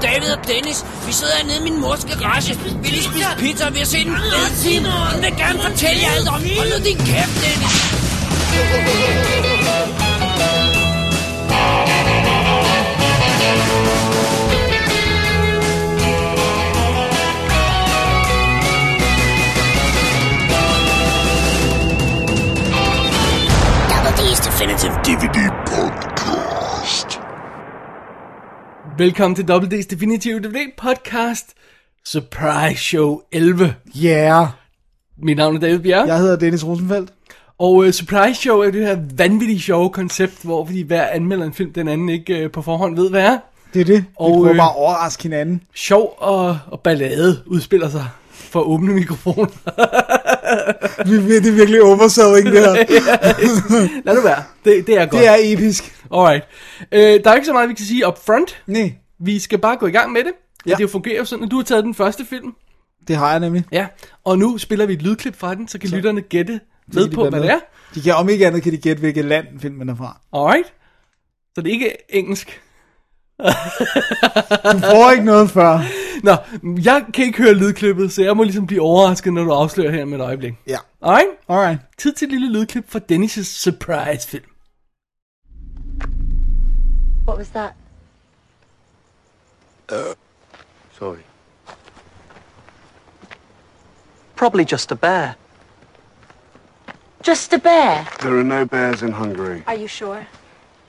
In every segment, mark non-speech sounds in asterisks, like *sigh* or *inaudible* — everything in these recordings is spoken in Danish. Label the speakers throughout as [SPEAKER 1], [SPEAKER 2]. [SPEAKER 1] Dennis. Vi sidder hernede i min mors garage. Vi lige spise pizza, og vi har set en fed film. Hun vil gerne fortælle jer alt om. Hold nu din kæft, Dennis.
[SPEAKER 2] Double D's Definitive DVD Podcast.
[SPEAKER 3] Velkommen til WD's Definitive DVD Podcast Surprise Show 11.
[SPEAKER 4] Ja, yeah.
[SPEAKER 3] Mit navn er David Bjerg, ja.
[SPEAKER 4] jeg hedder Dennis Rosenfeldt.
[SPEAKER 3] og uh, Surprise Show er det her vanvittige sjove koncept, hvor fordi hver anmelder en film, den anden ikke uh, på forhånd ved, hvad er.
[SPEAKER 4] Det er det.
[SPEAKER 3] Og,
[SPEAKER 4] Og, vi prøver
[SPEAKER 3] øh,
[SPEAKER 4] bare at overraske hinanden.
[SPEAKER 3] Sjov og, og ballade udspiller sig for åbne
[SPEAKER 4] *laughs*
[SPEAKER 3] mikrofoner.
[SPEAKER 4] *laughs* Vi, vi- det er virkelig overselling, det *laughs* her.
[SPEAKER 3] Lad nu være, det, det er godt.
[SPEAKER 4] Det er episk.
[SPEAKER 3] Alright. Uh, der er ikke så meget, vi kan sige up front.
[SPEAKER 4] Nej,
[SPEAKER 3] Vi skal bare gå i gang med det. Ja.
[SPEAKER 4] Ja.
[SPEAKER 3] Det fungerer jo sådan, at du har taget den første film.
[SPEAKER 4] det har jeg nemlig.
[SPEAKER 3] Ja. Og nu spiller vi et lydklip fra den, så kan så. lytterne gætte
[SPEAKER 4] Så
[SPEAKER 3] med
[SPEAKER 4] kan de
[SPEAKER 3] på,
[SPEAKER 4] være
[SPEAKER 3] hvad
[SPEAKER 4] med.
[SPEAKER 3] det er.
[SPEAKER 4] De kan om ikke andet, kan de gætte, hvilket land filmen er fra.
[SPEAKER 3] Alright. Så det er ikke engelsk.
[SPEAKER 4] Du får ikke noget før.
[SPEAKER 3] Nå, jeg kan ikke høre lydklippet, så jeg må ligesom blive overrasket, når du afslører her med et øjeblik.
[SPEAKER 4] Ja.
[SPEAKER 3] Alright,
[SPEAKER 4] Alright.
[SPEAKER 3] tid til et lille lydklip fra Dennis' surprise-film.
[SPEAKER 5] What was that?
[SPEAKER 6] Sorry.
[SPEAKER 7] Probably just a bear.
[SPEAKER 5] Just a bear.
[SPEAKER 6] There are no bears in Hungary.
[SPEAKER 5] Are you sure?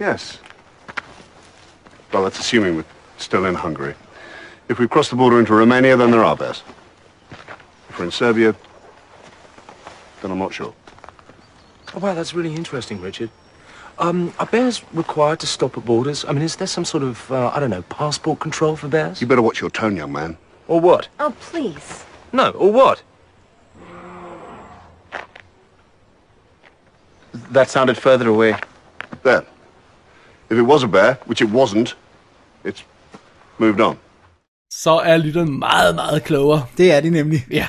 [SPEAKER 6] Yes. Well, that's assuming we're still in Hungary. If we cross the border into Romania, then there are bears. If we're in Serbia, then I'm not sure.
[SPEAKER 8] Oh, wow, that's really interesting, Richard. Um, are bears required to stop at borders? I mean, is there some sort of, uh, I don't know, passport control for bears?
[SPEAKER 6] You better watch your tone, young man.
[SPEAKER 8] Or what?
[SPEAKER 5] Oh, please.
[SPEAKER 8] No, or what? That sounded further away.
[SPEAKER 6] There. If it was a bear, which it wasn't, it's moved on.
[SPEAKER 3] Så er lytteren meget, meget klogere.
[SPEAKER 4] Det er de nemlig.
[SPEAKER 3] Ja,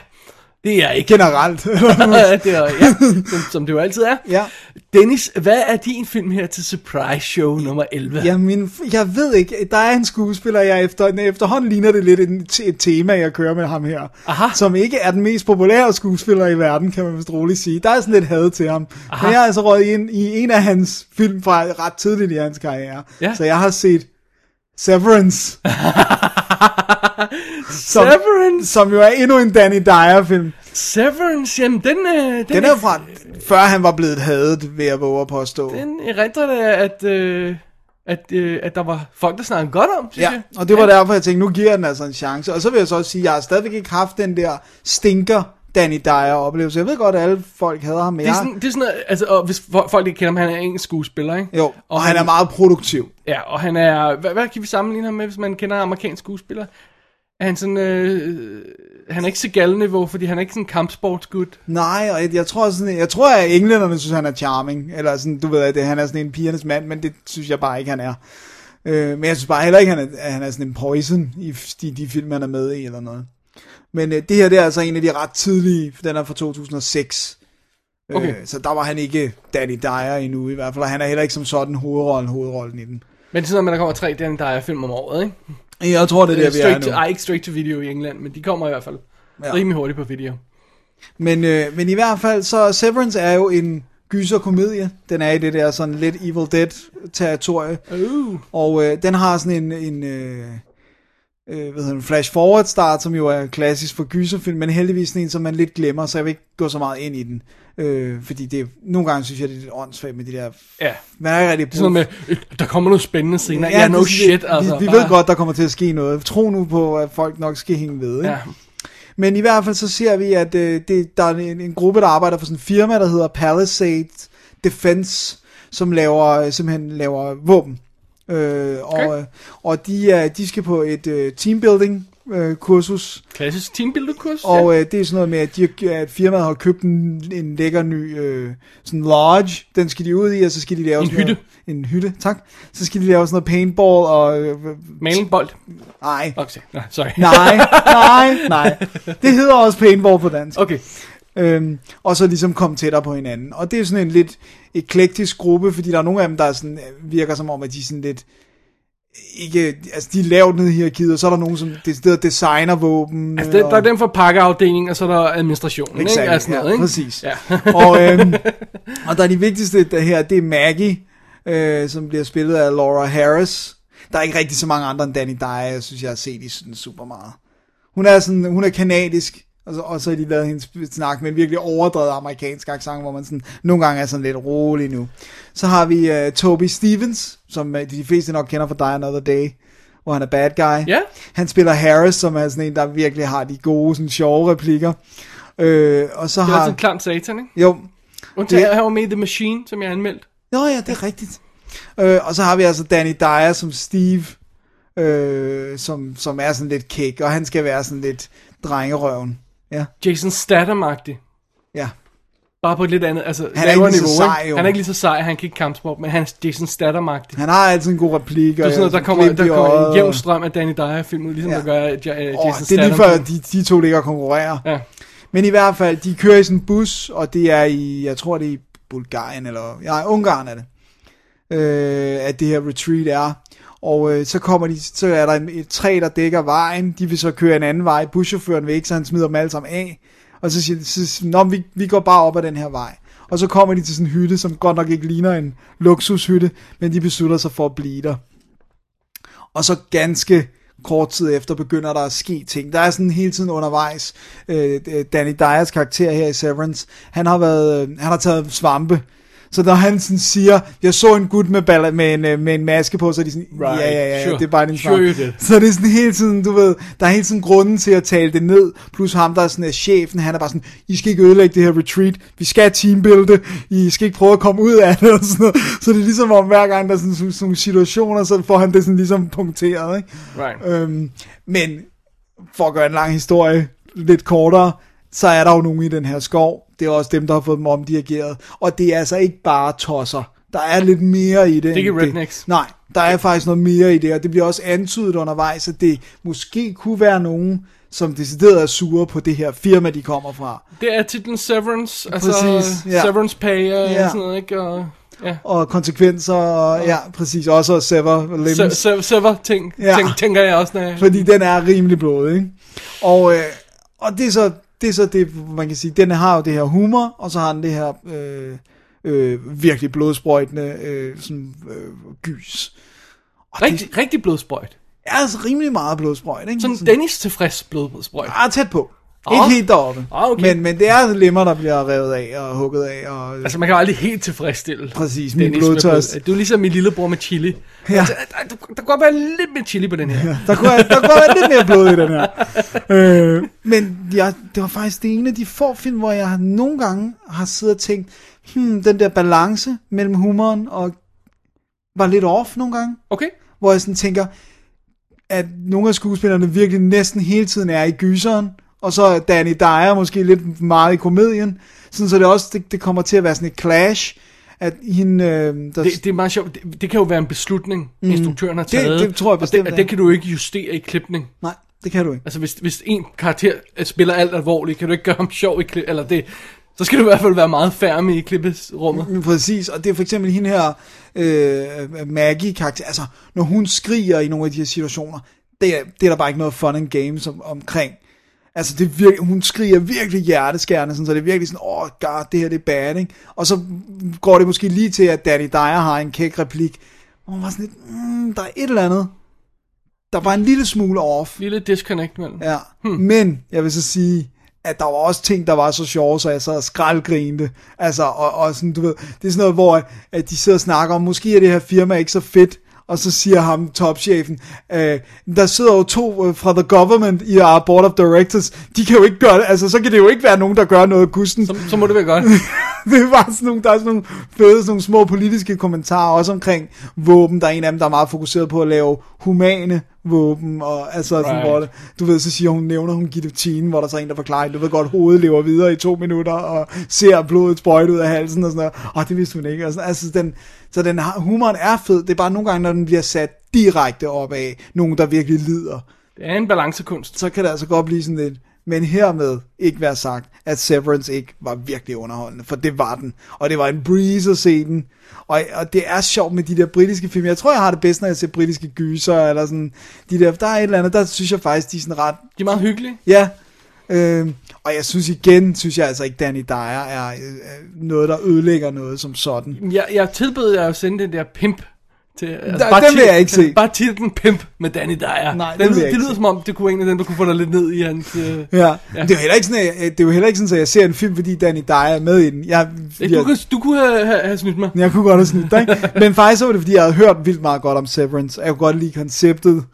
[SPEAKER 3] det er jeg ikke.
[SPEAKER 4] Generelt. *laughs*
[SPEAKER 3] *laughs* det er, ja, som, som det jo altid er.
[SPEAKER 4] ja.
[SPEAKER 3] Dennis, hvad er din film her til surprise show nummer 11?
[SPEAKER 4] Ja, min, jeg ved ikke, der er en skuespiller, jeg efter, nej, efterhånden ligner det lidt et, et tema, jeg kører med ham her.
[SPEAKER 3] Aha.
[SPEAKER 4] Som ikke er den mest populære skuespiller i verden, kan man vist roligt sige. Der er sådan lidt had til ham. Aha. Men jeg har altså røget ind i en af hans film fra ret tidligt i hans karriere.
[SPEAKER 3] Ja.
[SPEAKER 4] Så jeg har set
[SPEAKER 3] *laughs*
[SPEAKER 4] Severance, som,
[SPEAKER 3] Severance!
[SPEAKER 4] som jo er endnu en Danny Dyer-film.
[SPEAKER 3] Severance, jamen den, øh, den,
[SPEAKER 4] Den er fra, før han var blevet hadet, vil jeg våge at påstå.
[SPEAKER 3] Den erindrer da, at, øh, at, øh, at der var folk, der snakkede godt om, synes
[SPEAKER 4] Ja,
[SPEAKER 3] jeg.
[SPEAKER 4] og det var derfor, jeg tænkte, nu giver jeg den altså en chance. Og så vil jeg så også sige, at jeg har stadigvæk ikke haft den der stinker Danny Dyer oplevelse. Jeg ved godt, at alle folk hader ham, men
[SPEAKER 3] Det er
[SPEAKER 4] jeg...
[SPEAKER 3] sådan, det er sådan altså, og hvis fo- folk ikke kender ham, han er engelsk skuespiller, ikke?
[SPEAKER 4] Jo, og han er meget produktiv.
[SPEAKER 3] Ja, og han er... Hvad, hvad kan vi sammenligne ham med, hvis man kender amerikansk skuespiller? Er han sådan... Øh, han er ikke Seagal-niveau, fordi han er ikke sådan kampsportsgud.
[SPEAKER 4] Nej, og jeg, jeg tror sådan, jeg tror, at englænderne synes, han er charming. Eller sådan, du ved, at det, han er sådan en pigernes mand, men det synes jeg bare ikke, han er. Øh, men jeg synes bare heller ikke, han er, at han er sådan en poison i f- de, de film, han er med i eller noget. Men øh, det her, det er altså en af de ret tidlige, for den er fra 2006.
[SPEAKER 3] Okay.
[SPEAKER 4] Øh, så der var han ikke Danny Dyer endnu i hvert fald, og han er heller ikke som sådan hovedrollen, hovedrollen i den.
[SPEAKER 3] Men det er sådan, at man der kommer tre Danny Dyer-film om året, ikke? Øh,
[SPEAKER 4] Jeg tror, det er der, vi er
[SPEAKER 3] straight
[SPEAKER 4] nu.
[SPEAKER 3] to, ej, ikke straight to video i England, men de kommer i hvert fald ja.
[SPEAKER 4] Ja.
[SPEAKER 3] rimelig hurtigt på video.
[SPEAKER 4] Men, øh, men i hvert fald, så Severance er jo en gyserkomedie. Den er i det der sådan lidt Evil Dead-territorie.
[SPEAKER 3] Uh.
[SPEAKER 4] Og øh, den har sådan en, en øh, øh, hvad hedder den, flash forward start, som jo er klassisk for gyserfilm, men heldigvis sådan en, som man lidt glemmer, så jeg vil ikke gå så meget ind i den. Øh, fordi det, nogle gange synes jeg, det er lidt åndssvagt med de der...
[SPEAKER 3] Ja.
[SPEAKER 4] Man er ikke rigtig
[SPEAKER 3] Det er sådan noget med, øh, der kommer noget spændende senere. Ja, ja no
[SPEAKER 4] det er sådan
[SPEAKER 3] shit,
[SPEAKER 4] lidt-
[SPEAKER 3] altså.
[SPEAKER 4] Vi, vi ved godt, der kommer til at ske noget. Tro nu på, at folk nok skal hænge ved. Ikke?
[SPEAKER 3] Ja.
[SPEAKER 4] Men i hvert fald så ser vi, at øh, det, der er en, en gruppe, der arbejder for sådan en firma, der hedder Palisade Defense, som laver øh, simpelthen laver våben. Øh, og, øh, og de, er, de skal på et øh, teambuilding øh, kursus,
[SPEAKER 3] Klassisk teambuilder-kurs. ja.
[SPEAKER 4] og øh, det er sådan noget med, at, de, har- at firmaet har købt en, en lækker ny øh, sådan lodge, den skal de ud i, og så skal de lave
[SPEAKER 3] En
[SPEAKER 4] sådan
[SPEAKER 3] hytte.
[SPEAKER 4] Noget, en hytte, tak. Så skal de lave sådan noget paintball og... Øh, øh,
[SPEAKER 3] Malen bold.
[SPEAKER 4] nej,
[SPEAKER 3] Okay, nej, sorry.
[SPEAKER 4] nej, nej, nej. Det hedder også paintball på dansk.
[SPEAKER 3] Okay.
[SPEAKER 4] Øhm, og så ligesom komme tættere på hinanden. Og det er øh, sådan en lidt eklektisk gruppe, fordi der er nogle af dem, der er sådan, virker som om, at de er sådan lidt ikke, altså de er lavt nede i hierarkiet, og så er der nogen, som decideret designer våben.
[SPEAKER 3] Altså, det,
[SPEAKER 4] og-
[SPEAKER 3] der er den for pakkeafdelingen, og så er der administrationen, ikke?
[SPEAKER 4] Exakt,
[SPEAKER 3] Altså, sådan
[SPEAKER 4] ja,
[SPEAKER 3] noget, ikke?
[SPEAKER 4] præcis.
[SPEAKER 3] Ja.
[SPEAKER 4] og,
[SPEAKER 3] *laughs*
[SPEAKER 4] øhm, og der er de vigtigste der her, det er Maggie, øh, som bliver spillet af Laura Harris. Der er ikke rigtig så mange andre end Danny Dyer, jeg synes, jeg har set i sådan super meget. Hun er, sådan, hun er kanadisk, og så, og så har de lavet hendes snak med en virkelig overdrevet amerikansk accent, hvor man sådan, nogle gange er sådan lidt rolig nu. Så har vi øh, Toby Stevens, som øh, de fleste nok kender fra Die Another Day, hvor han er bad guy.
[SPEAKER 3] Ja.
[SPEAKER 4] Han spiller Harris, som er sådan en, der virkelig har de gode, sådan sjove replikker. Øh, og så
[SPEAKER 3] Det er
[SPEAKER 4] har...
[SPEAKER 3] altid klamt satan, ikke?
[SPEAKER 4] Jo.
[SPEAKER 3] Undtagen,
[SPEAKER 4] Ja.
[SPEAKER 3] yeah. jeg var med i The Machine, som jeg anmeldte.
[SPEAKER 4] Nå ja, det er rigtigt. Øh, og så har vi altså Danny Dyer som Steve, øh, som, som er sådan lidt kæk, og han skal være sådan lidt drengerøven. Ja,
[SPEAKER 3] Jason statham -agtig.
[SPEAKER 4] ja.
[SPEAKER 3] Bare på et lidt andet, altså
[SPEAKER 4] Han er ikke lige så
[SPEAKER 3] lavere
[SPEAKER 4] sej,
[SPEAKER 3] ikke?
[SPEAKER 4] jo.
[SPEAKER 3] Han er ikke lige så sej, han kan ikke kampsport, men han er Jason statham -agtig.
[SPEAKER 4] Han har altid en god replik.
[SPEAKER 3] Det er sådan noget, der kommer, der kommer en jævn strøm af Danny Dyer-film ud, ligesom
[SPEAKER 4] Ja.
[SPEAKER 3] ja. der gør at Ja- Jason
[SPEAKER 4] Oh,
[SPEAKER 3] Statham.
[SPEAKER 4] det er lige før, de, de to ligger og konkurrerer.
[SPEAKER 3] Ja.
[SPEAKER 4] Men i hvert fald, de kører i sådan en bus, og det er i, jeg tror det er i Bulgarien, eller ja, Ungarn er det, øh, at det her retreat er. Og øh, så kommer de, så er der en- et træ, der dækker vejen, de vil så køre en anden vej, buschaufføren vil ikke, så han smider dem alle sammen af. Og så siger de, så, siger de, Nå, vi, vi går bare op ad den her vej. Og så kommer de til sådan en hytte, som godt nok ikke ligner en luksushytte, men de beslutter sig for at blive der. Og så ganske kort tid efter begynder der at ske ting. Der er sådan hele tiden undervejs. Øh, øh, Danny Dyers karakter her i Severance, han har, været, øh, han har taget svampe. Så når han sådan siger, jeg så en gut med, balla- med, en, øh, med en maske på, så er de sådan, right, ja, ja, ja, sure.
[SPEAKER 3] sure.
[SPEAKER 4] det er bare din
[SPEAKER 3] Sure
[SPEAKER 4] svamp."
[SPEAKER 3] you did.
[SPEAKER 4] Så det er sådan hele tiden, du ved, der er hele tiden grunden til at tale det ned, plus ham, der er sådan, at chefen, han er bare sådan, I skal ikke ødelægge det her retreat, vi skal teambuilde, I skal ikke prøve at komme ud af det, *laughs* og sådan noget. Så det er ligesom om, hver gang der er sådan sådan nogle situationer, så får han det sådan ligesom punkteret, ikke?
[SPEAKER 3] Right.
[SPEAKER 4] Øhm, men for at gøre en lang historie lidt kortere, så er der jo nogen i den her skov. Det er også dem, der har fået dem omdirigeret. Og det er altså ikke bare tosser. Der er lidt mere i det.
[SPEAKER 3] er ikke
[SPEAKER 4] end
[SPEAKER 3] rednecks.
[SPEAKER 4] Nej, der er faktisk noget mere i det, og det bliver også antydet undervejs, at det måske kunne være nogen, som decideret er sure på det her firma, de kommer fra.
[SPEAKER 3] Det er titlen Severance, altså
[SPEAKER 4] Præcis, ja.
[SPEAKER 3] Severance Pay og
[SPEAKER 4] Ja.
[SPEAKER 3] sådan noget, ikke? Og, ja.
[SPEAKER 4] Og konsekvenser, og ja, præcis, også at sever limbs.
[SPEAKER 3] Se, se, sever ting,
[SPEAKER 4] Øhm. Ja.
[SPEAKER 3] ja. tænk, tænker jeg også, når jeg...
[SPEAKER 4] Fordi den er rimelig blodig, ikke? Og, øh, og det, er så, det er så det, man kan sige, den har jo det her humor, og så har den det her øh, øh, virkelig blodsprøjtende øh, sådan, øh, gys. Og
[SPEAKER 3] Rigtig, rigtig blodsprøjt.
[SPEAKER 4] Det er altså rimelig meget blodsprøjt, ikke?
[SPEAKER 3] Sådan Dennis tilfreds blodsprøjt.
[SPEAKER 4] Ah, tæt på.
[SPEAKER 3] Ah.
[SPEAKER 4] Ikke helt deroppe.
[SPEAKER 3] Ah, okay.
[SPEAKER 4] men, men det er altså lemmer, der bliver revet af og hugget af. Og,
[SPEAKER 3] Altså, man kan jo aldrig helt tilfredsstille.
[SPEAKER 4] Præcis, min
[SPEAKER 3] Dennis med
[SPEAKER 4] blodtørst.
[SPEAKER 3] blod. Du er ligesom min lillebror med chili.
[SPEAKER 4] Ja.
[SPEAKER 3] Altså, der, der, der kan godt være lidt mere chili på den her.
[SPEAKER 4] Der kunne, der kunne være lidt mere blod i den her. Øh, men jeg, det var faktisk det ene af de få film, hvor jeg nogle gange har siddet og tænkt, hmm, den der balance mellem humoren og var lidt off nogle gange,
[SPEAKER 3] Okay?
[SPEAKER 4] hvor jeg sådan tænker, at nogle af skuespillerne virkelig næsten hele tiden er i gyseren, og så er Danny Dyer måske lidt meget i komedien, sådan så det også det, det kommer til at være sådan et clash, at hende, øh, der,
[SPEAKER 3] Det, det er meget sjovt. Det, det kan jo være en beslutning, mm. instruktøren har
[SPEAKER 4] Det-
[SPEAKER 3] taget.
[SPEAKER 4] det tror jeg bestemt,
[SPEAKER 3] Og det,
[SPEAKER 4] ja.
[SPEAKER 3] og det kan du ikke justere i klipning.
[SPEAKER 4] nej, det kan du ikke.
[SPEAKER 3] Altså, hvis, hvis en karakter øh, spiller alt alvorligt, kan du ikke gøre ham sjov i klip, eller det, så skal du i hvert fald være meget færme i klippesrummet.
[SPEAKER 4] Men Præcis, og det er for eksempel hende her, øh, Maggie-karakter, altså når hun skriger i nogle af de her situationer, det er, det er der bare ikke noget fun and games om, omkring. Altså det er virke, hun skriger virkelig hjerteskærende, sådan, så det er virkelig sådan, åh oh, god, det her det er bad, ikke? Og så går det måske lige til, at Danny Dyer har en kæk replik, hvor man var sådan lidt, mm, der er et eller andet, der var en lille smule off.
[SPEAKER 3] Lille disconnect mellem.
[SPEAKER 4] Ja, hmm. men jeg vil så sige, at der var også ting, der var så sjove, så jeg sad og skraldgrinte. Altså, og, og sådan, du ved, det er sådan noget, hvor at de sidder og snakker om, måske er det her firma ikke så fedt, og så siger ham topchefen, øh, der sidder jo to øh, fra The Government i our Board of Directors, de kan jo ikke gøre det, altså så kan det jo ikke være nogen, der gør noget gusten.
[SPEAKER 3] Så, så må det være
[SPEAKER 4] *laughs*
[SPEAKER 3] godt.
[SPEAKER 4] det er bare sådan nogle, der er sådan nogle fede, sådan nogle små politiske kommentarer, også omkring våben, der er en af dem, der er meget fokuseret på at lave humane våben, og altså sådan,
[SPEAKER 3] Right.
[SPEAKER 4] hvor det, du ved, så siger hun, nævner hun guillotine, hvor der så er en, der forklarer, du ved godt, hovedet lever videre i to minutter, og ser blodet sprøjte ud af halsen, og sådan noget, og det vidste hun ikke, og sådan, altså den, så den har- humoren er fed, det er bare nogle gange, når den bliver sat direkte op af nogen, der virkelig lider,
[SPEAKER 3] Det er en balancekunst.
[SPEAKER 4] så kan det altså godt blive sådan lidt, Men hermed ikke være sagt, at Severance ikke var virkelig underholdende, for det var den. Og det var en breeze at se den. Og, og det er sjovt med de der britiske film. Jeg tror, jeg har det bedst, når jeg ser britiske gyser, eller sådan. De der, der er et eller andet, der synes jeg faktisk, de er sådan ret
[SPEAKER 3] De er meget hyggelige.
[SPEAKER 4] Ja. Øh, og jeg synes igen, synes jeg altså ikke, Danny Dyer er øh, øh, noget, der ødelægger noget som sådan.
[SPEAKER 3] Jeg, jeg tilbød jer at sende den der pimp. Til,
[SPEAKER 4] Der- den vil
[SPEAKER 3] tit-
[SPEAKER 4] jeg ikke se.
[SPEAKER 3] Bare titlen pimp med Danny Dyer.
[SPEAKER 4] Nej, den
[SPEAKER 3] den,
[SPEAKER 4] vil jeg
[SPEAKER 3] det
[SPEAKER 4] ikke
[SPEAKER 3] lyder
[SPEAKER 4] se.
[SPEAKER 3] som om, det kunne en af dem, der kunne få dig lidt ned i hans... Øh... Ja.
[SPEAKER 4] Ja. ja. Det er jo heller ikke sådan, at, det er jo heller ikke sådan, at jeg ser en film, fordi Danny Dyer er med i den. Jeg, jeg,
[SPEAKER 3] Du, kunne, du kunne have, have, have snydt mig.
[SPEAKER 4] jeg kunne godt have snydt dig. ikke? Men faktisk så var det, fordi jeg havde hørt vildt meget godt om Severance. og Jeg kunne godt lide konceptet.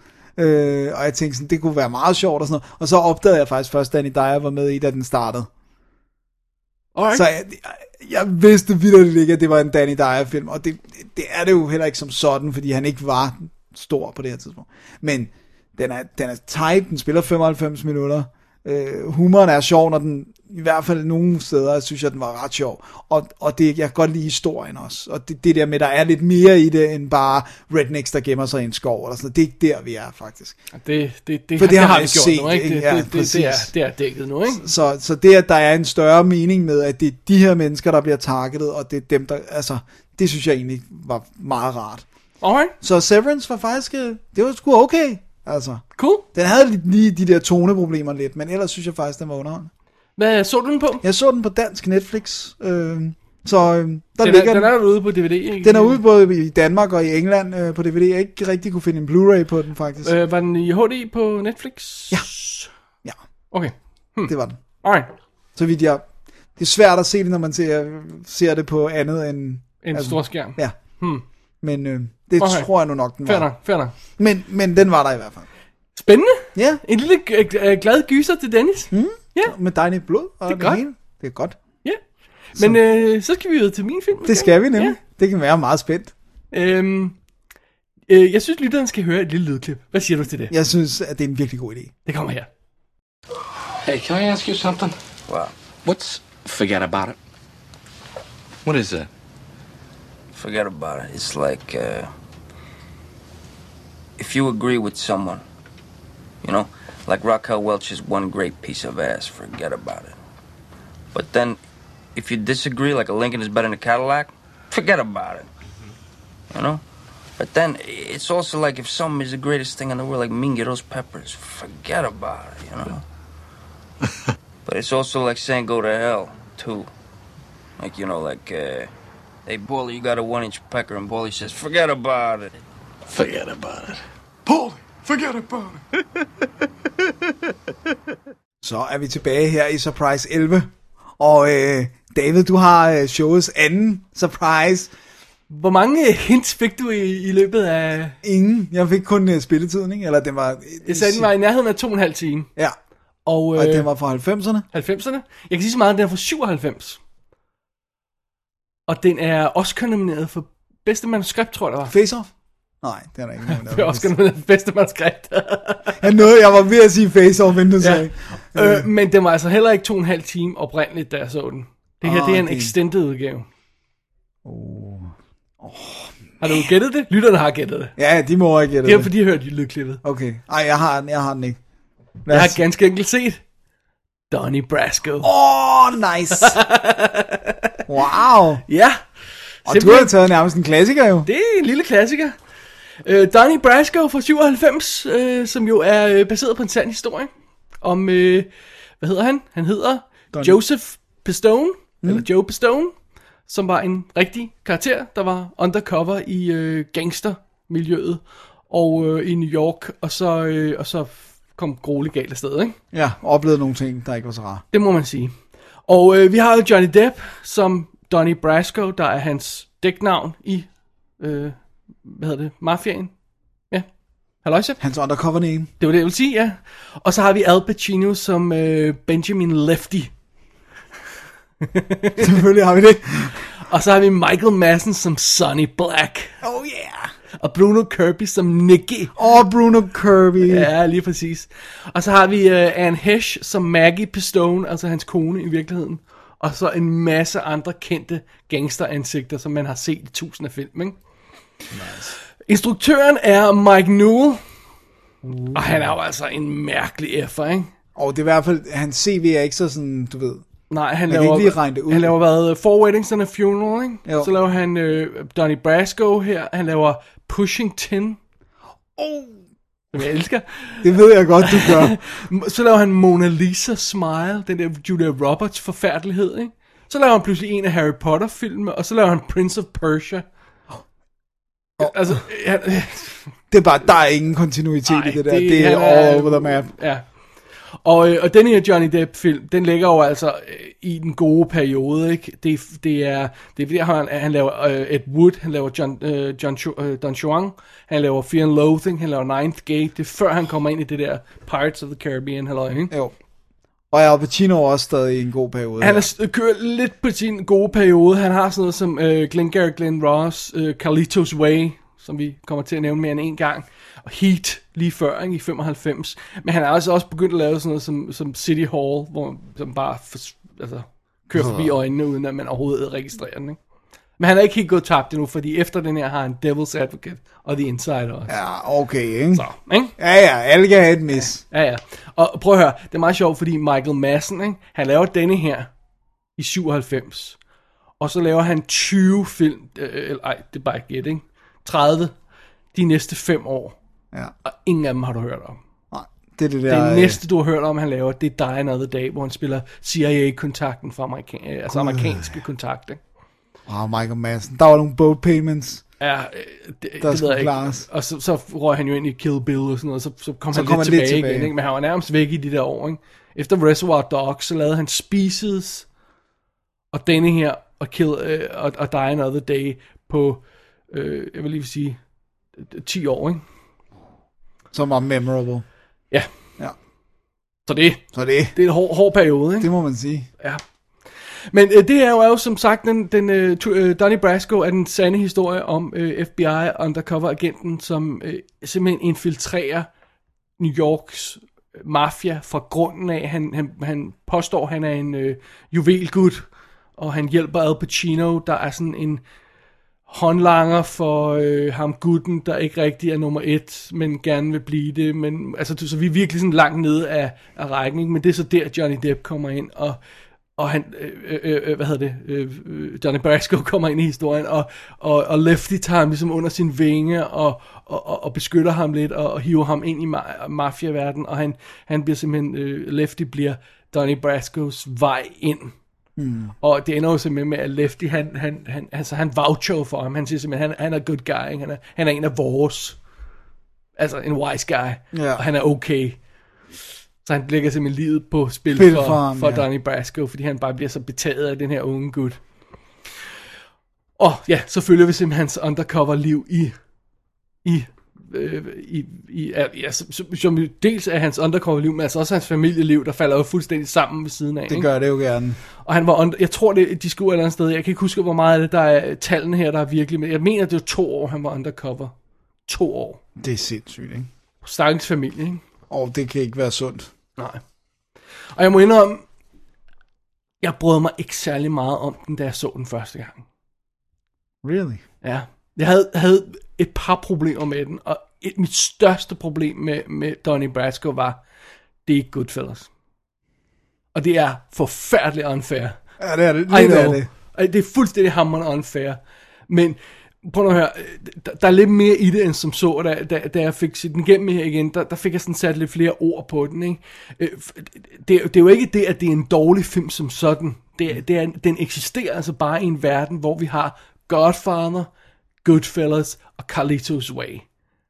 [SPEAKER 4] Øh, og jeg tænkte sådan, det kunne være meget sjovt og sådan noget. Og så opdagede jeg faktisk først, at Danny Dyer var med i, da den startede.
[SPEAKER 3] Alright.
[SPEAKER 4] Så jeg, jeg vidste vidderligt ikke, at det var en Danny Dyer-film, og det, det er det jo heller ikke som sådan, fordi han ikke var stor på det her tidspunkt. Men den er, den er tight, den spiller 95 minutter, øh, humoren er sjov, når den, i hvert fald nogle steder, synes jeg, den var ret sjov. Og, og det, jeg kan godt lide historien også. Og det, det der med, der er lidt mere i det, end bare rednecks, der gemmer sig i en skov, eller sådan noget. Det er ikke der, vi er, faktisk.
[SPEAKER 3] Det, det, det,
[SPEAKER 4] For det har
[SPEAKER 3] har
[SPEAKER 4] man
[SPEAKER 3] vi gjort
[SPEAKER 4] set,
[SPEAKER 3] nu, ikke?
[SPEAKER 4] ikke?
[SPEAKER 3] Det,
[SPEAKER 4] Ja,
[SPEAKER 3] det, det, det, er,
[SPEAKER 4] præcis.
[SPEAKER 3] det er dækket nu, ikke?
[SPEAKER 4] Så, så det, at der er en større mening med, at det er de her mennesker, der bliver targetet, og det er dem, der, altså, det synes jeg egentlig var meget rart.
[SPEAKER 3] Alright,
[SPEAKER 4] Så Severance var faktisk, øh, det var sgu okay, altså.
[SPEAKER 3] cool.
[SPEAKER 4] Den havde lige- lige de der toneproblemer lidt, men ellers synes jeg faktisk, den var underholdende.
[SPEAKER 3] Hvad så du den på?
[SPEAKER 4] Jeg så den på dansk Netflix, øh, så øh, der
[SPEAKER 3] Den
[SPEAKER 4] ligger
[SPEAKER 3] er, den er ude på DVD, ikke?
[SPEAKER 4] den er ude både i Danmark og i England øh, på DVD. Jeg ikke rigtig kunne finde en Blu-ray på den, faktisk. Øh.
[SPEAKER 3] Øh, var den i HD på Netflix?
[SPEAKER 4] Ja. Ja,
[SPEAKER 3] Okay, Øhm.
[SPEAKER 4] det var den.
[SPEAKER 3] alright.
[SPEAKER 4] Så vidt jeg... Det er svært at se det, når man ser, ser det på andet end
[SPEAKER 3] En
[SPEAKER 4] Altså,
[SPEAKER 3] stor skærm.
[SPEAKER 4] Ja.
[SPEAKER 3] Hmm.
[SPEAKER 4] Men øh, det
[SPEAKER 3] Okay.
[SPEAKER 4] okay. tror jeg nu nok, den
[SPEAKER 3] Fair
[SPEAKER 4] var.
[SPEAKER 3] nok, fair nok.
[SPEAKER 4] Men, men den var der i hvert fald.
[SPEAKER 3] Spændende.
[SPEAKER 4] Ja,
[SPEAKER 3] En lille øh, øh, glad gyser til Dennis. Mm.
[SPEAKER 4] med dejligt blod og
[SPEAKER 3] Det er
[SPEAKER 4] det,
[SPEAKER 3] godt.
[SPEAKER 4] hele. Det er godt.
[SPEAKER 3] Ja. Men øh, så skal vi videre til min film. måske?
[SPEAKER 4] Det skal vi nemlig. Ja. Det kan være meget spændt.
[SPEAKER 3] Ja. Øhm, øh, jeg synes, lytteren skal høre et lille lydklip. Hvad siger du til det?
[SPEAKER 4] Jeg synes, at det er en virkelig god idé.
[SPEAKER 3] Det kommer her.
[SPEAKER 9] Hey, can I ask you something?
[SPEAKER 10] Wow.
[SPEAKER 9] What's forget about it? What is that?
[SPEAKER 10] Forget about it. It's like uh, if you agree with someone, you know, like Raquel Welch's one great piece of ass, forget about it. But then if you disagree, like a Lincoln is better than a Cadillac, forget about it. You know? But then it's also like if something is the greatest thing in the world, like Mingiro's peppers, forget about it, you know? but it's also like saying go to hell, too. Like, you know, like, uh, hey, Bully, you got a one inch pecker, and Bully says, forget about it.
[SPEAKER 2] Forget about it.
[SPEAKER 4] Så er vi tilbage her i Surprise 11. Og øh, David, du har øh, showets anden surprise.
[SPEAKER 3] Hvor mange *laughs* hints fik du i, i løbet af...
[SPEAKER 4] Ingen. Jeg fik kun øh, spilletiden, ikke? Eller den var... øh,
[SPEAKER 3] Jeg sagde, den var i nærheden af to og en halv time.
[SPEAKER 4] Ja,
[SPEAKER 3] Og, øh,
[SPEAKER 4] og den var fra 90'erne.
[SPEAKER 3] 90'erne. Jeg kan sige så meget, at den er fra 97. Og den er Oscar-nomineret for bedste manuskript, tror jeg, der var.
[SPEAKER 4] Face Off? Nej, det er der
[SPEAKER 3] *laughs*
[SPEAKER 4] ikke nogen, der
[SPEAKER 3] Det er Oscar-nomineret for bedste manuskript.
[SPEAKER 4] Jeg nåede, jeg var ved at sige Face Off, men du
[SPEAKER 3] Ja.
[SPEAKER 4] sagde...
[SPEAKER 3] øh, men den var altså heller ikke to og en halv time oprindeligt, da jeg så den. Det her,
[SPEAKER 4] Åh,
[SPEAKER 3] det er en
[SPEAKER 4] det-
[SPEAKER 3] extended udgave. Har du gættet det? Lytterne har gættet det.
[SPEAKER 4] Ja, de må ikke gætte
[SPEAKER 3] Det er
[SPEAKER 4] det.
[SPEAKER 3] fordi, jeg hørte lydklippet.
[SPEAKER 4] Okay. Ej, jeg har den, jeg har den ikke. Lad
[SPEAKER 3] Jeg
[SPEAKER 4] os-
[SPEAKER 3] har ganske enkelt set Donnie Brasco.
[SPEAKER 4] Åh, oh, nice. wow.
[SPEAKER 3] Ja,
[SPEAKER 4] Og du
[SPEAKER 3] Simpelthen.
[SPEAKER 4] har taget nærmest en klassiker jo.
[SPEAKER 3] Det er en lille klassiker. Øh, Donnie Brasco fra 97, øh, som jo er øh, baseret på en sand historie. Om, øh, hvad hedder han? Han hedder Donnie. Joseph Pistone, mm. eller Joe Pistone, som var en rigtig karakter, der var undercover i øh, gangstermiljøet og øh, i New York, og så, øh, og så kom Grole galt afsted, ikke?
[SPEAKER 4] Ja, oplevede nogle ting, der ikke var så rare.
[SPEAKER 3] Det må man sige. Og øh, vi har jo Johnny Depp som Donnie Brasco, der er hans dæknavn i, øh, hvad hedder det, Mafiaen. Ja, Halløjsa.
[SPEAKER 4] Hans undercover name. *laughs*
[SPEAKER 3] Det var det, jeg ville sige, ja. Og så har vi Al Pacino som øh, Benjamin Lefty.
[SPEAKER 4] Selvfølgelig har vi det.
[SPEAKER 3] Og så har vi Michael Madsen som Sonny Black.
[SPEAKER 4] Oh yeah.
[SPEAKER 3] Og Bruno Kirby som Nicky.
[SPEAKER 4] Og Bruno Kirby. Yeah.
[SPEAKER 3] Ja, lige præcis. Og så har vi øh, Anne Hesh som Maggie Pistone, altså hans kone i virkeligheden. Og så en masse andre kendte gangsteransigter, som man har set i tusind af film, ikke? Nice. Instruktøren er Mike Newell, og han er jo altså en mærkelig effer, ikke?
[SPEAKER 4] Og det er i hvert fald, hans CV er ikke så sådan, du ved...
[SPEAKER 3] Nej, han
[SPEAKER 4] Man kan
[SPEAKER 3] laver,
[SPEAKER 4] ikke lige regne det ud.
[SPEAKER 3] han laver hvad, Four Weddings and a Funeral, ikke?
[SPEAKER 4] Jo.
[SPEAKER 3] Så laver han øh, Donnie Brasco her, han laver Pushing Tin,
[SPEAKER 4] Oh,
[SPEAKER 3] som jeg elsker.
[SPEAKER 4] det ved jeg godt, du gør.
[SPEAKER 3] Så laver han Mona Lisa Smile, den der Julia Roberts forfærdelighed, ikke? Så laver han pludselig en af Harry Potter film, og så laver han Prince of Persia. Oh. Altså, han,
[SPEAKER 4] Det er bare, der er ingen kontinuitet Ej, i det der. Det, det er
[SPEAKER 3] han
[SPEAKER 4] all over the map.
[SPEAKER 3] Ja. Og, øh, og den her Johnny Depp-film, den ligger jo altså øh, i den gode periode, ikke? Det, det er, det er der, han, han laver øh, Ed Wood, han laver John, øh, John Chu- øh, Don Juan, han laver Fear and Loathing, han laver Ninth Gate, det er før han kommer ind i det der Pirates of the Caribbean, halløj, ikke?
[SPEAKER 4] Jo. Og Al Pacino er også stadig i en god periode.
[SPEAKER 3] Han er, s- kører lidt på sin gode periode. Han har sådan noget som øh, Glengarry Glen Ross, øh, Carlitos Way, som vi kommer til at nævne mere end en gang, og Heat lige før ikke, i 95. Men han har altså også begyndt at lave sådan noget som, som City Hall, hvor som bare for, altså, kører forbi øjnene, uden at man overhovedet registrerer den. Ikke? Men han er ikke helt gået tabt endnu, fordi efter den her har han Devil's Advocate og The Insider også.
[SPEAKER 4] Ja, okay, ikke? Så.
[SPEAKER 3] Ja. Ikke?
[SPEAKER 4] Ja, ja, alle kan have et mis.
[SPEAKER 3] Ja, ja. Og prøv at høre, det er meget sjovt, fordi Michael Madsen, ikke? han laver denne her i 97. Og så laver han 20 film, øh, eller ej, det er bare et gæt, ikke? 30 de næste 5 år.
[SPEAKER 4] Ja.
[SPEAKER 3] Og ingen af dem har du hørt om.
[SPEAKER 4] Nej, det er det der...
[SPEAKER 3] Det
[SPEAKER 4] øh,
[SPEAKER 3] næste, du har hørt om, han laver, det er Die Another Day, hvor han spiller CIA-kontakten for amerikan- øh, altså amerikanske kontakter.
[SPEAKER 4] Åh, oh, Michael Madsen. Der var nogle boat payments.
[SPEAKER 3] Ja, øh, det,
[SPEAKER 4] Der
[SPEAKER 3] det ved
[SPEAKER 4] skulle
[SPEAKER 3] jeg ikke.
[SPEAKER 4] klares.
[SPEAKER 3] Og så, så røg han jo ind i Kill Bill og sådan noget, og så, så kom
[SPEAKER 4] Så
[SPEAKER 3] han lidt
[SPEAKER 4] kom han lidt
[SPEAKER 3] tilbage, tilbage igen,
[SPEAKER 4] tilbage.
[SPEAKER 3] ikke? men han var nærmest væk i de der år. Ikke? Efter Reservoir Dogs, så lavede han Species, og denne her, og, Kill, øh, og, og Die Another Day på, øh, jeg vil lige sige, øh, 10 år. Ikke?
[SPEAKER 4] Som var memorable.
[SPEAKER 3] Ja,
[SPEAKER 4] Ja.
[SPEAKER 3] så det,
[SPEAKER 4] Så det,
[SPEAKER 3] det er en hård, hård periode. Ikke?
[SPEAKER 4] det må man sige.
[SPEAKER 3] Ja. Men øh, det her jo er jo som sagt, den, den øh, tu- øh, Donnie Brasco er den sande historie om øh, FBI-undercover-agenten, som øh, simpelthen infiltrerer New Yorks øh, mafia fra grunden af. Han, han, han påstår, han er en øh, juvelgud, og han hjælper Al Pacino, der er sådan en håndlanger for øh, ham gutten, der ikke rigtig er nummer et, men gerne vil blive det. Men, altså, du- så vi er virkelig sådan langt nede af, af rækken, ikke? men det er så der, Johnny Depp kommer ind, og, og han, øh, øh, øh, hvad hedder det, øh, øh, Johnny Brasco *laughs* kommer ind i historien, og, og, og Lefty tager ham ligesom under sin vinge, og, og, og, og beskytter ham lidt, og, og hiver ham ind i ma- mafiaverdenen, og han, han bliver simpelthen, øh, Lefty bliver Donnie Brascos vej ind og det ender jo simpelthen med, at Lefty, han, han, han, altså, han voucher jo for ham. Han siger simpelthen, han, han er good guy. ikke? Han er, han er en af vores. Altså en wise guy.
[SPEAKER 4] Ja.
[SPEAKER 3] Og han er okay. Så han lægger simpelthen livet på spil,
[SPEAKER 4] Spil
[SPEAKER 3] for,
[SPEAKER 4] for ham,
[SPEAKER 3] for
[SPEAKER 4] ja.
[SPEAKER 3] Donnie Brasco, fordi han bare bliver så betaget af den her unge gut. Og ja, så følger vi simpelthen hans undercover-liv i... i øh, i, i, ja, som, som jo dels er hans undercover-liv, men altså også hans familieliv, der falder jo fuldstændig sammen ved siden af.
[SPEAKER 4] Det
[SPEAKER 3] ikke?
[SPEAKER 4] gør det jo gerne.
[SPEAKER 3] Og han var under, jeg tror, det, de skulle et eller andet sted. Jeg kan ikke huske, hvor meget af det, der er tallene her, der er virkelig. Men jeg mener, det var to år, han var undercover. To år.
[SPEAKER 4] Det er sindssygt, ikke?
[SPEAKER 3] Stakkels familie, ikke?
[SPEAKER 4] Og det kan ikke være sundt.
[SPEAKER 3] Nej. Og jeg må indrømme, jeg brød mig ikke særlig meget om den, da jeg så den første gang.
[SPEAKER 4] Really?
[SPEAKER 3] Ja. Jeg havde, havde et par problemer med den, og et, mit største problem med, med Donnie Brasco var, det er ikke Goodfellas. Og det er forfærdeligt unfair.
[SPEAKER 4] Ja, det er det.
[SPEAKER 3] I
[SPEAKER 4] Lidt er
[SPEAKER 3] know.
[SPEAKER 4] det.
[SPEAKER 3] Ej, Det er fuldstændig hammerende unfair. Men prøv nu at høre, øh, der, der er lidt mere i det end som så, og da, da, da jeg fik set den igennem her igen, der, der fik jeg sådan sat lidt flere ord på den. Ikke? Øh, f- Det, er- det er jo ikke det, at det er en dårlig film som sådan. Det, er- det er, den eksisterer altså bare i en verden, hvor vi har Godfather, Goodfellas og Carlitos Way.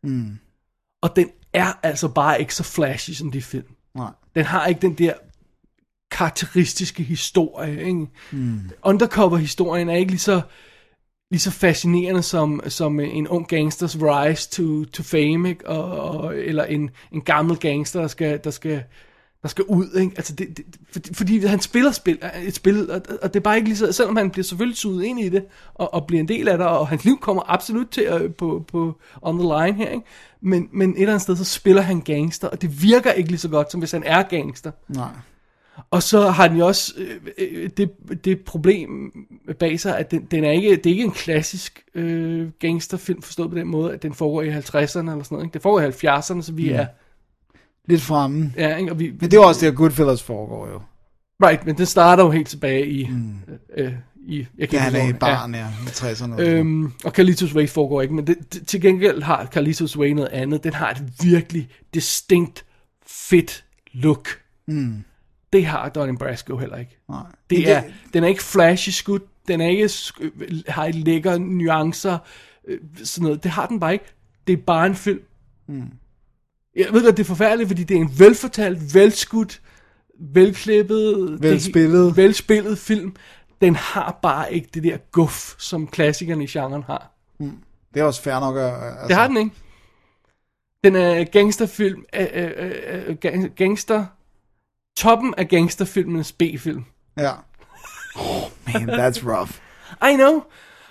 [SPEAKER 3] Mm. Og den er altså bare ikke så flashy som de film.
[SPEAKER 4] Nej.
[SPEAKER 3] Den har ikke den der karakteristiske historie. Ikke? Mm. Undercover-historien er ikke lige så, lige så fascinerende som, som en ung gangsters rise to, to fame, ikke? Og, og, eller en, en gammel gangster, der skal, der skal, der skal ud. Ikke? Altså det, det, fordi, fordi han spiller spil, øh, et spil, og, og det er bare ikke lige så, selvom han bliver selvfølgelig suget ind i det, og, og bliver en del af det, og hans liv kommer absolut til at, på, på on the line her, ikke? Men, men et eller andet sted, så spiller han gangster, og det virker ikke lige så godt, som hvis han er gangster.
[SPEAKER 4] Nej.
[SPEAKER 3] Og så har den jo også øh, øh, det, det problem bag sig, at den, den er ikke, det er ikke en klassisk øh, gangsterfilm forstået på den måde, at den foregår i 50'erne eller sådan noget. Ikke? Det foregår i 70'erne, så vi er
[SPEAKER 4] lidt fremme.
[SPEAKER 3] Ja, ikke? Og vi,
[SPEAKER 4] Mm. Men det er jo også det, at Goodfellas foregår jo.
[SPEAKER 3] Right, men den starter jo helt tilbage i... Mm. Øh, i jeg kan
[SPEAKER 4] Ja,
[SPEAKER 3] ikke
[SPEAKER 4] han er
[SPEAKER 3] huske,
[SPEAKER 4] i
[SPEAKER 3] hvor-
[SPEAKER 4] barn, ja, i 60'erne.
[SPEAKER 3] Øhm, og Carlitos Way foregår ikke, men det, det, til gengæld har Carlitos Way noget andet. Den har et virkelig distinkt, fedt look.
[SPEAKER 4] Mm.
[SPEAKER 3] Det har Donnie Brasco heller ikke.
[SPEAKER 4] Nej. Men
[SPEAKER 3] Det
[SPEAKER 4] det-
[SPEAKER 3] er, den er ikke flashy skud, den er ikke sk- øh, har ikke lækre nuancer, øh, sådan noget. Det har den bare ikke. Det er bare en film.
[SPEAKER 4] Mm.
[SPEAKER 3] Jeg ved godt, det er forfærdeligt, fordi det er en velfortalt, velskudt, velklippet, det-
[SPEAKER 4] Velspillet.
[SPEAKER 3] velspillet film. Den har bare ikke det der guf, som klassikerne i genren har.
[SPEAKER 4] Det er også fair nok. at- Altså,
[SPEAKER 3] Det har den ikke. Den er gangsterfilm, øh, øh, øh, øh, gang- gangster, toppen af gangsterfilmens B-film.
[SPEAKER 4] Ja. Oh man, that's rough.
[SPEAKER 3] I know.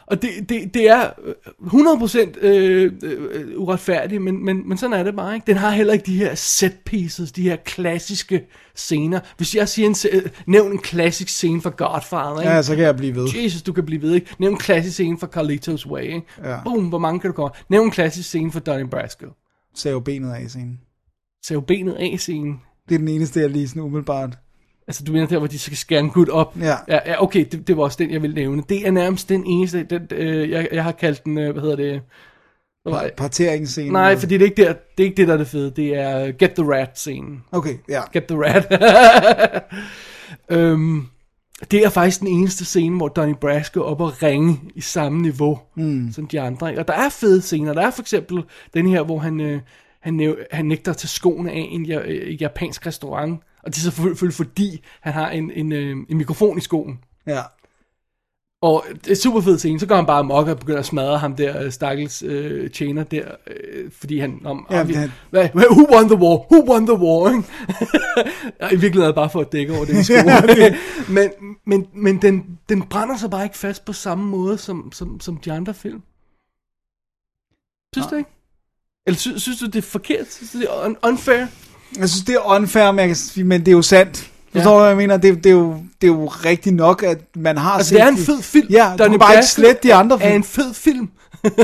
[SPEAKER 3] Og det, det, det er øh, 100% øh, øh, uretfærdigt, men, men, men sådan er det bare, ikke? Den har heller ikke de her set pieces, de her klassiske scener. Hvis jeg siger en, se- øh, nævn en klassisk scene fra Godfather, ikke?
[SPEAKER 4] Ja, så kan jeg blive ved.
[SPEAKER 3] Jesus, du kan blive ved, ikke? Nævn en klassisk scene fra Carlitos Way, ikke?
[SPEAKER 4] Ja.
[SPEAKER 3] Boom, hvor mange kan du komme? Nævn en klassisk scene fra Donnie Brasco.
[SPEAKER 4] Save benet af i scenen.
[SPEAKER 3] Sæv benet af scenen.
[SPEAKER 4] Det er den eneste, jeg lige sådan umiddelbart.
[SPEAKER 3] Altså, du mener der, hvor de skal skære en gut op?
[SPEAKER 4] Ja.
[SPEAKER 3] Ja, ja okay, det, det var også den, jeg ville nævne. Det er nærmest den eneste, den, øh, jeg, jeg har kaldt den, øh, hvad hedder det? Hvad var det?
[SPEAKER 4] Parteringsscenen.
[SPEAKER 3] Nej, fordi det er ikke, der, det, er ikke det, der er det fede. Det er øh, Get the Rat-scenen.
[SPEAKER 4] Okay, ja.
[SPEAKER 3] Get the Rat. *laughs* øhm, det er faktisk den eneste scene, hvor Donnie Brasco er oppe og ringe i samme niveau mm. som de andre. ikke? Og der er fede scener. Der er for eksempel den her, hvor han, øh, han, næv- han nægter at tage skoene af i en ja- øh, japansk restaurant. Og det er så selvfølgelig fordi, han har en, en, øh, en mikrofon i skoen.
[SPEAKER 4] Ja.
[SPEAKER 3] Og det er super fed scene. Så går han bare amok og begynder at smadre ham der, øh, stakkels øh, tjener der, øh, fordi han... Om,
[SPEAKER 4] Ja,
[SPEAKER 3] om,
[SPEAKER 4] det-
[SPEAKER 3] hvad, who won the war? Who won the war? *laughs* ikke? Og I virkeligheden er det bare for at dække over det, sko. *laughs* men men, men den, den brænder sig bare ikke fast på samme måde som, som, som de andre film. Synes du ikke? Eller sy, synes du, det er forkert? Synes du, det er un- unfair?
[SPEAKER 4] Jeg synes, det er unfair, men, jeg kan sige, men det er jo sandt. Forstår du, hvad jeg mener? Det, det, er jo, det er jo rigtigt nok, at man har
[SPEAKER 3] Altså, det er en
[SPEAKER 4] de-
[SPEAKER 3] fed film.
[SPEAKER 4] Ja, du kan bare ikke slette de andre
[SPEAKER 3] film. er
[SPEAKER 4] film.
[SPEAKER 3] en fed film.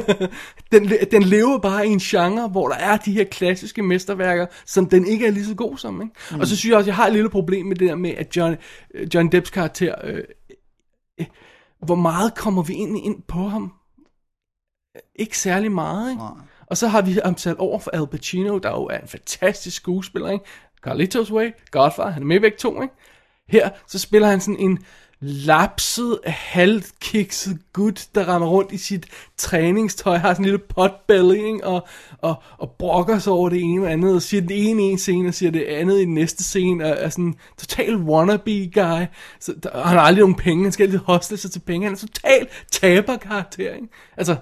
[SPEAKER 3] *laughs* den, le- den lever bare i en genre, hvor der er de her klassiske mesterværker, som den ikke er lige så god som. Ikke? Mm. Og så synes jeg også, jeg har et lille problem med det der med, at John, øh, John Depps karakter, øh, øh, hvor meget kommer vi egentlig ind på ham? Ikke særlig meget, ikke? Og så har vi ham sat over for Al Pacino, der jo er en fantastisk skuespiller, ikke? Carlitos Way, Godfather, han er med i begge to, ikke? Her, så spiller han sådan en lapset, halvkikset gut, der render rundt i sit træningstøj, har sådan en lille potbelly, ikke? Og, og, og brokker sig over det ene og andet, og siger den ene i en scene, og siger det andet i den næste scene, og er sådan en total wannabe guy. Så der, og han har aldrig nogen penge, han skal altid hostle sig til penge, han er total taberkarakter, ikke? Altså,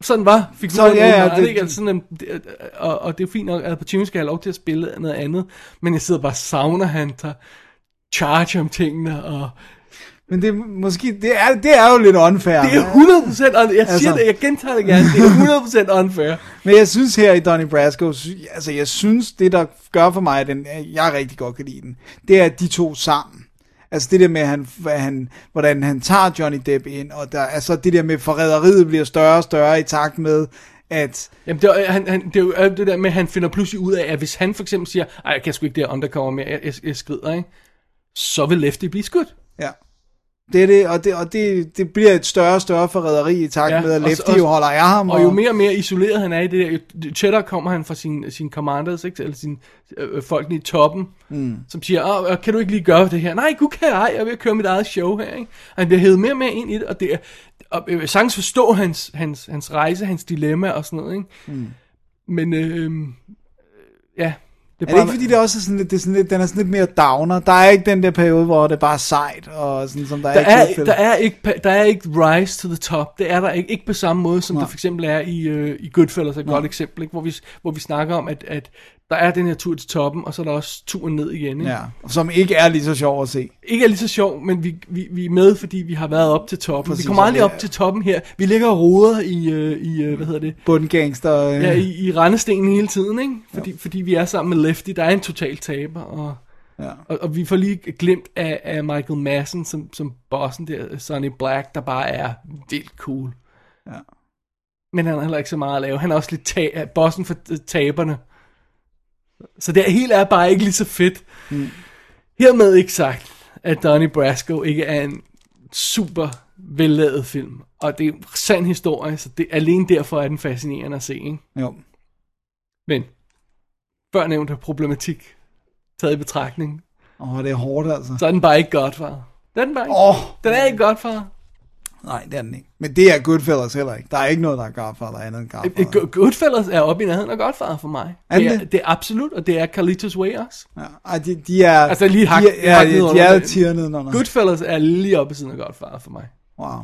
[SPEAKER 3] sådan var figuren.
[SPEAKER 4] Så, ja, ja,
[SPEAKER 3] det,
[SPEAKER 4] det-
[SPEAKER 3] ikke? Altså, sådan, øhm, det, og, og det er fint nok, at Pacino skal have lov til at spille noget andet, men jeg sidder bare og savner, at han tager charge om tingene, og
[SPEAKER 4] Men det, er måske, det, er, det er jo lidt unfair.
[SPEAKER 3] det er 100% unfair. Jeg siger
[SPEAKER 4] Altså-
[SPEAKER 3] det, jeg gentager det gerne, det er 100% unfair.
[SPEAKER 4] Men jeg synes her i Donnie Brasco, sy- altså jeg synes, det der gør for mig, at den, jeg rigtig godt kan lide den, det er at de to sammen. Altså det der med, han, hvad han, hvordan han tager Johnny Depp ind, og der, altså det der med forræderiet bliver større og større i takt med, at
[SPEAKER 3] Jamen, det, er, han, han, det er jo alt det der med, at han finder pludselig ud af, at hvis han for eksempel siger, ej, jeg kan sgu ikke det her undercover mere, jeg, jeg, jeg skrider, ikke? Så vil Lefty blive skudt.
[SPEAKER 4] ja, det er det, og det, og det, det bliver et større og større forræderi i takt
[SPEAKER 3] Ja,
[SPEAKER 4] ja, med, at
[SPEAKER 3] og så-
[SPEAKER 4] Lefty jo
[SPEAKER 3] og-
[SPEAKER 4] holder af ham.
[SPEAKER 3] Og jo mere og mere isoleret han er i det der, jo tættere kommer han fra sin, sin commanders, ikke? eller sin, øh, øh, folkene i toppen, mm. som siger, Åh, øh, kan du ikke lige gøre det her? Nej, gud kan jeg ej, jeg er ved at køre mit eget show her. Ikke? Og han bliver hævet mere og mere ind i det, og det er, og jeg vil sagtens forstå hans, hans, hans rejse, hans dilemma og sådan noget. Ikke? Mm. Men øh, ja,
[SPEAKER 4] Er det ikke fordi, det også er sådan lidt, det er sådan lidt, den er sådan lidt mere downer? Der er ikke den der periode, hvor det bare er sejt, og sådan som der,
[SPEAKER 3] der
[SPEAKER 4] er, i
[SPEAKER 3] er,
[SPEAKER 4] Goodfellas.
[SPEAKER 3] der, er ikke, pa- der er ikke rise to the top. Det er der ikke, ikke på samme måde, som Nej. der for eksempel er i, øh, i Goodfellas, er et godt eksempel, ikke? Hvor, vi, hvor vi snakker om, at, at der er den her tur til toppen, og så er der også turen ned igen. Ikke,
[SPEAKER 4] Ja, som ikke er lige så sjov at se.
[SPEAKER 3] ikke er lige så sjov, men vi, vi, vi er med, fordi vi har været op til toppen. Præcis,
[SPEAKER 4] Præcis,
[SPEAKER 3] vi kommer
[SPEAKER 4] og
[SPEAKER 3] aldrig
[SPEAKER 4] det er-
[SPEAKER 3] op til toppen her. Vi ligger og roder i, øh, i øh, hvad hedder det,
[SPEAKER 4] Bundgangster. Øh.
[SPEAKER 3] ja, i, i rendestenen hele tiden, ikke? Fordi, fordi vi er sammen med Lefty, der er en total taber, og...
[SPEAKER 4] Ja.
[SPEAKER 3] Og, og vi får lige glemt af, af Michael Madsen som, som bossen der, Sonny Black, der bare er vildt cool.
[SPEAKER 4] Ja.
[SPEAKER 3] Men han har heller ikke så meget at lave. Han er også lidt ta- er bossen for øh, taberne. øh, Så det hele er bare ikke lige så fedt. Mm. Hermed ikke sagt, at Donnie Brasco ikke er en super vellavet film. Og det er en sand historie, så det, alene derfor er den fascinerende at se. Ikke?
[SPEAKER 4] Jo.
[SPEAKER 3] Men før nævnte problematik taget i betragtning,
[SPEAKER 4] Åh, oh, det er hårdt altså.
[SPEAKER 3] så er den bare ikke godt, far. Den er den bare ikke.
[SPEAKER 4] Åh.
[SPEAKER 3] Den er ikke godt, far.
[SPEAKER 4] Nej, det er den ikke. Men det er Goodfellas heller ikke. Der er ikke noget, der er Godfather andet end
[SPEAKER 3] Øh,
[SPEAKER 4] Godfather.
[SPEAKER 3] Go- Goodfellas er oppe i nærheden af Godfather for mig.
[SPEAKER 4] Er den
[SPEAKER 3] det, er,
[SPEAKER 4] det?
[SPEAKER 3] det er absolut, og det er Carlitos Way også.
[SPEAKER 4] Ja, ej, de, de er...
[SPEAKER 3] Altså lige hak,
[SPEAKER 4] de, er- ja,
[SPEAKER 3] hak
[SPEAKER 4] de,
[SPEAKER 3] ned
[SPEAKER 4] de
[SPEAKER 3] under
[SPEAKER 4] er
[SPEAKER 3] det.
[SPEAKER 4] tier nedenunder.
[SPEAKER 3] Goodfellas er lige oppe i siden af Godfather for mig.
[SPEAKER 4] Wow.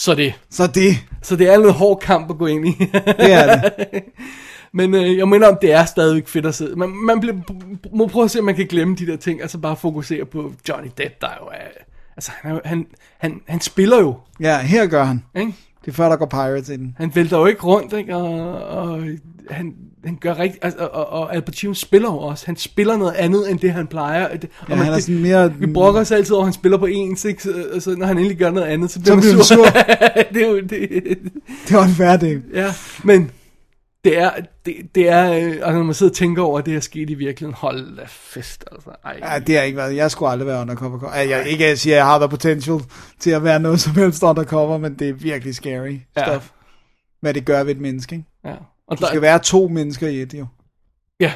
[SPEAKER 3] Så det.
[SPEAKER 4] Så det,
[SPEAKER 3] Så det er en lidt hård kamp at gå ind i. *laughs*
[SPEAKER 4] det er det.
[SPEAKER 3] Men øh, jeg mener om, det er stadigvæk fedt at sidde. Man, man bliver, må prøve at se, om man kan glemme de der ting, og så bare fokusere på Johnny Depp, der jo er... Altså, han, er, jo- han, han, han spiller jo,
[SPEAKER 4] Ja, her gør han.
[SPEAKER 3] ikke?
[SPEAKER 4] Det er før, der går Pirates i den.
[SPEAKER 3] Han vælter jo ikke rundt, ikke? Og, og han, han gør rigtig... Altså, og, og Al Pacino spiller jo også. Han spiller noget andet, end det han plejer. Og, det- og
[SPEAKER 4] Ja, han er
[SPEAKER 3] det-
[SPEAKER 4] sådan mere...
[SPEAKER 3] Vi brokker os altid over, at han spiller på ens, ikke? Så, og så når han endelig gør noget andet, så
[SPEAKER 4] Så
[SPEAKER 3] bliver
[SPEAKER 4] bliver
[SPEAKER 3] man
[SPEAKER 4] han
[SPEAKER 3] sur. *laughs*
[SPEAKER 4] sur.
[SPEAKER 3] det er jo... Det,
[SPEAKER 4] Det var en færdig.
[SPEAKER 3] ja, men det er... Det, det er øh, og når man sidder og tænker over, at det er sket i virkeligheden, hold da fest, altså. Ej,
[SPEAKER 4] Ja, det har ikke været... Jeg skulle aldrig være undercover cop. Ej, Jeg, ikke at jeg siger, at jeg har der potential til at være noget som helst undercover, men det er virkelig scary
[SPEAKER 3] ja,
[SPEAKER 4] stuff. Hvad det gør ved et menneske, ikke?
[SPEAKER 3] Ja. Og
[SPEAKER 4] Du
[SPEAKER 3] der,
[SPEAKER 4] skal være to mennesker i et, jo.
[SPEAKER 3] Ja.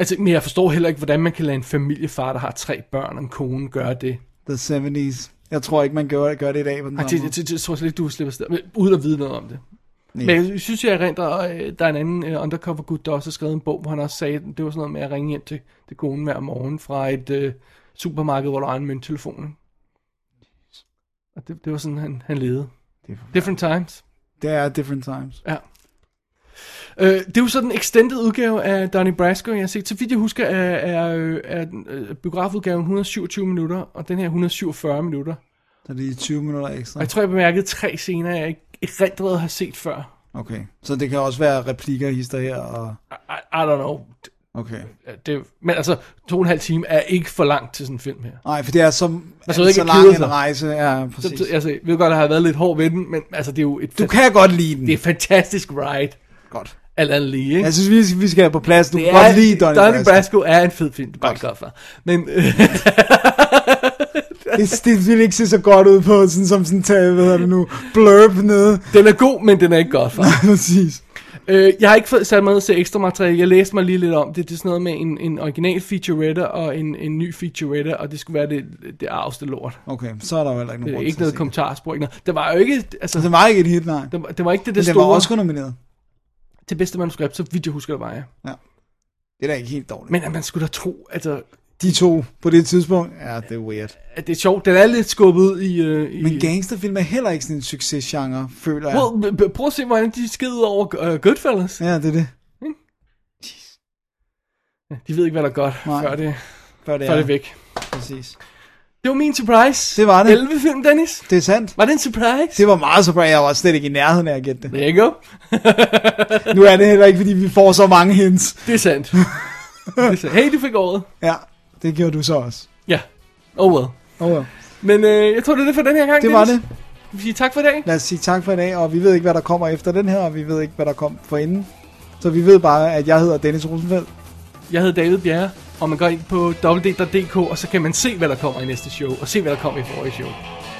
[SPEAKER 3] Altså, men jeg forstår heller ikke, hvordan man kan lade en familiefar, der har tre børn og en kone, gøre det.
[SPEAKER 4] The 70s. Jeg tror ikke, man gør, gør det i dag på den
[SPEAKER 3] Ej,
[SPEAKER 4] samme
[SPEAKER 3] det,
[SPEAKER 4] måde.
[SPEAKER 3] det, det, det tror jeg slet ikke, du slipper sted, men uden at vide noget om det.
[SPEAKER 4] Mm. Nej.
[SPEAKER 3] Men jeg synes, jeg erindrer, øh, der er en anden øh, undercover gut, der også har skrevet en bog, hvor han også sagde, det var sådan noget med at ringe hjem til, til konen hver morgen fra et øh, supermarked, hvor der er en mønttelefon. ikke? Og det, det var sådan, han, han levede.
[SPEAKER 4] Det er forfærdeligt.
[SPEAKER 3] Different times.
[SPEAKER 4] Det er different times.
[SPEAKER 3] Ja. Øh, det er jo sådan en extended udgave af Donnie Brasco, jeg har set. Så vidt jeg husker, er, er, øh, er den, øh, biografudgaven 127 minutter, og den her 147 minutter.
[SPEAKER 4] Så det er 20 minutter ekstra.
[SPEAKER 3] Og jeg tror, jeg bemærkede tre scener, jeg ikke erindrede har set før.
[SPEAKER 4] Okay. Så det kan også være replikker, hister her og...
[SPEAKER 3] I, I, I don't know.
[SPEAKER 4] Okay.
[SPEAKER 3] Det, men altså, to og en halv time er ikke for langt til sådan en film her.
[SPEAKER 4] Nej, for det er så,
[SPEAKER 3] Altså,
[SPEAKER 4] altså,
[SPEAKER 3] ikke
[SPEAKER 4] så
[SPEAKER 3] at
[SPEAKER 4] lang
[SPEAKER 3] kede
[SPEAKER 4] en
[SPEAKER 3] sig.
[SPEAKER 4] rejse. Ja,
[SPEAKER 3] Så,
[SPEAKER 4] præcis.
[SPEAKER 3] så, altså, jeg ved godt, at jeg har været lidt hård ved den, men altså, det er jo et,
[SPEAKER 4] Du kan godt lide den.
[SPEAKER 3] det er et fantastisk ride,
[SPEAKER 4] godt.
[SPEAKER 3] alt andet lige, ikke?
[SPEAKER 4] Jeg synes, vi skal, vi skal have på plads. Du
[SPEAKER 3] det
[SPEAKER 4] Altså, kan godt lide Donnie,
[SPEAKER 3] Donnie
[SPEAKER 4] Brasco.
[SPEAKER 3] Brasco er en fed film, det er bare ikke godt for. Men øh, *laughs*
[SPEAKER 4] Det, det ville ikke se så godt ud på, sådan som sådan en hvad hedder det nu, blurb
[SPEAKER 3] *laughs*
[SPEAKER 4] nede.
[SPEAKER 3] den er god, men den er ikke godt
[SPEAKER 4] *laughs*
[SPEAKER 3] for.
[SPEAKER 4] Præcis.
[SPEAKER 3] Øh, jeg har ikke fået sat mig ned og se ekstra materiale. Jeg læste mig lige lidt om det. Det er sådan noget med en, en original featurette og en, en ny featurette, og det skulle være det, det arveste lort.
[SPEAKER 4] Okay, så er der jo heller ikke
[SPEAKER 3] Det er
[SPEAKER 4] nogen
[SPEAKER 3] ikke noget kommentarspor. Ikke noget. Det var jo ikke, altså,
[SPEAKER 4] Det var ikke et hit, nej.
[SPEAKER 3] det var, det var ikke det,
[SPEAKER 4] Men
[SPEAKER 3] det
[SPEAKER 4] den var
[SPEAKER 3] store
[SPEAKER 4] også kun nomineret.
[SPEAKER 3] til bedste manuskript, så vidt jeg husker, det var jeg.
[SPEAKER 4] Det er da ikke helt dårligt. Men
[SPEAKER 3] Men at man skulle da tro, altså,
[SPEAKER 4] de to på det tidspunkt, ja, det er weird.
[SPEAKER 3] at det er sjovt. Den er lidt skubbet ud i... Øh, i
[SPEAKER 4] Men gangsterfilm er heller ikke sådan en succesgenre, føler jeg.
[SPEAKER 3] Well, b- b- prøv at se, hvordan de skede ud over øh, Goodfellas.
[SPEAKER 4] Ja, det er det.
[SPEAKER 3] De ved ikke, hvad der er godt,
[SPEAKER 4] Nej.
[SPEAKER 3] før det,
[SPEAKER 4] Før det
[SPEAKER 3] før
[SPEAKER 4] er,
[SPEAKER 3] det er væk.
[SPEAKER 4] præcis.
[SPEAKER 3] Det var min surprise.
[SPEAKER 4] Det var det.
[SPEAKER 3] 11 film, Dennis.
[SPEAKER 4] Det er sandt.
[SPEAKER 3] Var det en surprise?
[SPEAKER 4] Det var meget surprise. Jeg var slet ikke i nærheden af at gætte det.
[SPEAKER 3] There you go.
[SPEAKER 4] Nu er det heller ikke, fordi vi får så mange hints.
[SPEAKER 3] Det er
[SPEAKER 4] *laughs*
[SPEAKER 3] sandt. det er sandt. Hey, du fik året.
[SPEAKER 4] Ja, det gjorde du så også.
[SPEAKER 3] Ja. Oh well.
[SPEAKER 4] Oh, well.
[SPEAKER 3] Men øh, jeg tror, det er det for den her gang.
[SPEAKER 4] Det var det.
[SPEAKER 3] Dennis. Vi siger tak for i dag.
[SPEAKER 4] Lad os sige tak for i dag, og vi ved ikke, hvad der kommer efter den her, og vi ved ikke, hvad der kom for inden. Så vi ved bare, at jeg hedder Dennis Rosenfeldt.
[SPEAKER 3] Jeg hedder David Bjerre, og man går ind på www.dk, og så kan man se, hvad der kommer i næste show, og se, hvad der kommer i forrige show.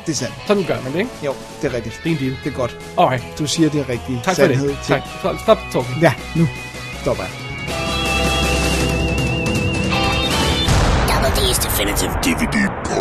[SPEAKER 4] Det er sandt.
[SPEAKER 3] Sådan gør man det, ikke?
[SPEAKER 4] Jo, det er rigtigt.
[SPEAKER 3] Det er en deal.
[SPEAKER 4] Det er godt.
[SPEAKER 3] Alright.
[SPEAKER 4] Du siger det rigtige.
[SPEAKER 3] Tak for det.
[SPEAKER 4] Sandhed til-
[SPEAKER 3] Tak. Stop, stop talking.
[SPEAKER 4] Ja, nu stopper jeg.
[SPEAKER 2] Double D's Definitive DVD Podcast.